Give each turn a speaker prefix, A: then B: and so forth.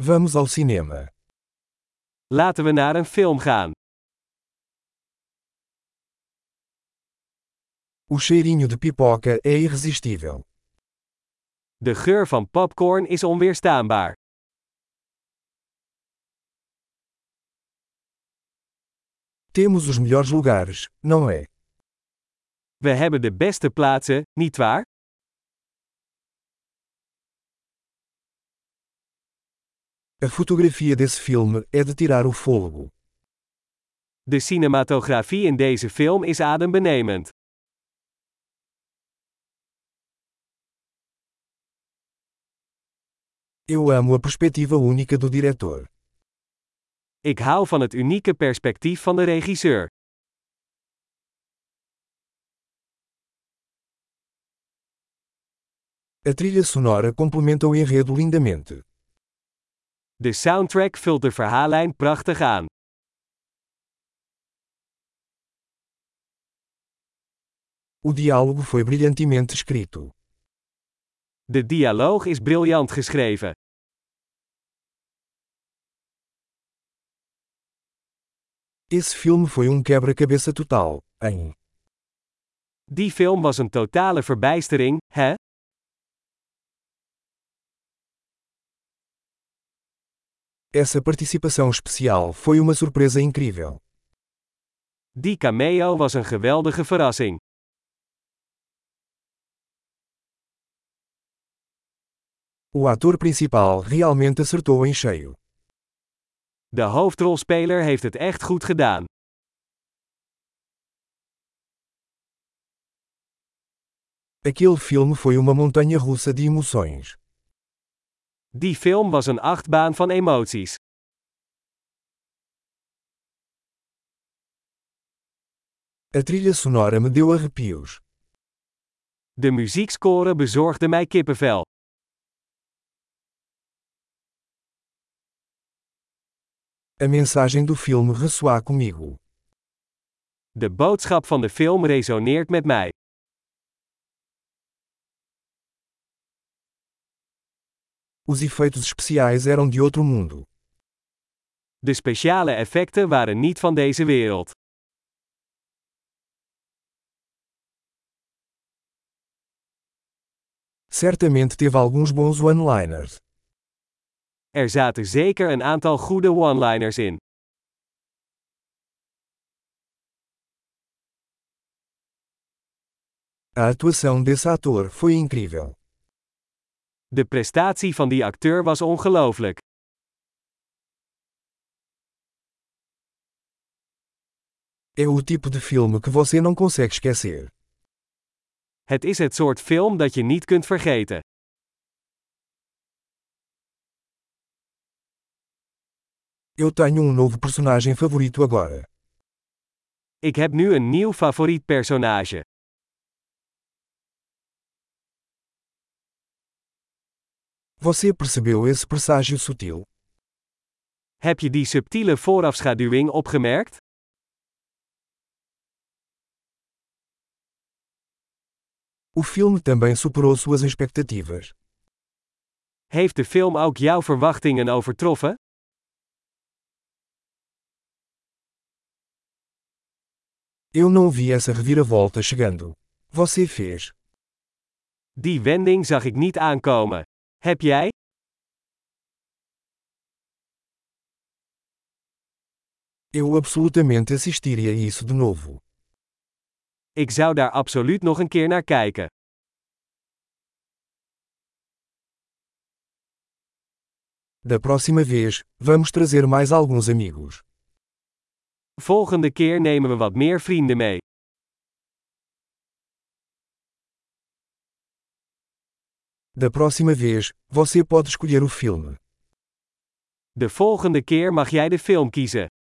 A: Vamos ao cinema.
B: Laten we naar een film gaan.
A: O cheirinho de pipoca é irresistível.
B: De geur van popcorn is onweerstaanbaar.
A: Temos os melhores lugares, não é?
B: We hebben de beste plaatsen, nietwaar?
A: A fotografia desse filme é de tirar o fôlego.
B: De cinematografie in deze film is adembenemend.
A: Eu amo a perspectiva única do diretor.
B: Ik hou van het unieke perspectief van de regisseur.
A: A trilha sonora complementa o enredo lindamente.
B: De soundtrack vult de verhaallijn prachtig aan.
A: O diálogo foi brilhantemente escrito.
B: De dialoog is briljant geschreven.
A: Esse filme foi um quebra-cabeça total, hein?
B: Die film was een totale verbijstering, hè?
A: Essa participação especial foi uma surpresa incrível.
B: Die cameo was een geweldige verrassing.
A: O ator principal realmente acertou em cheio.
B: De hoofdrolspeler heeft het echt goed gedaan.
A: Aquele filme foi uma montanha russa de emoções.
B: Die film was een achtbaan van emoties.
A: A trilha sonora me deu arrepios.
B: De muziekscore bezorgde mij kippenvel.
A: A mensagem do filme ressoa comigo.
B: De boodschap van de film resoneert met mij.
A: Os efeitos especiais eram de outro mundo.
B: De speciale effecten waren niet van deze wereld.
A: Certamente teve alguns bons one-liners.
B: Er zaten zeker een aantal goede one-liners in.
A: A atuação desse ator foi incrível.
B: De prestatie van die acteur was ongelooflijk.
A: É o tipo de filme que você não consegue esquecer.
B: Het is het soort film dat je niet kunt vergeten.
A: Eu tenho um novo personagem favorito agora.
B: Ik heb nu een nieuw favoriet personage.
A: Você percebeu esse presságio sutil?
B: Heb je die subtiele voorafschaduwing opgemerkt?
A: O filme também superou suas expectativas.
B: Heeft de film ook jouw verwachtingen overtroffen?
A: Eu não vi essa reviravolta chegando. Você fez.
B: Die wending zag ik niet aankomen. Heb jij?
A: Eu absolutamente assistiria isso de novo.
B: Ik zou daar absoluut nog een keer naar kijken.
A: Da próxima vez, vamos trazer mais alguns amigos.
B: Volgende keer nemen we wat meer vrienden mee.
A: Da próxima vez, você pode escolher o filme.
B: De volgende keer mag jij de film kiezen.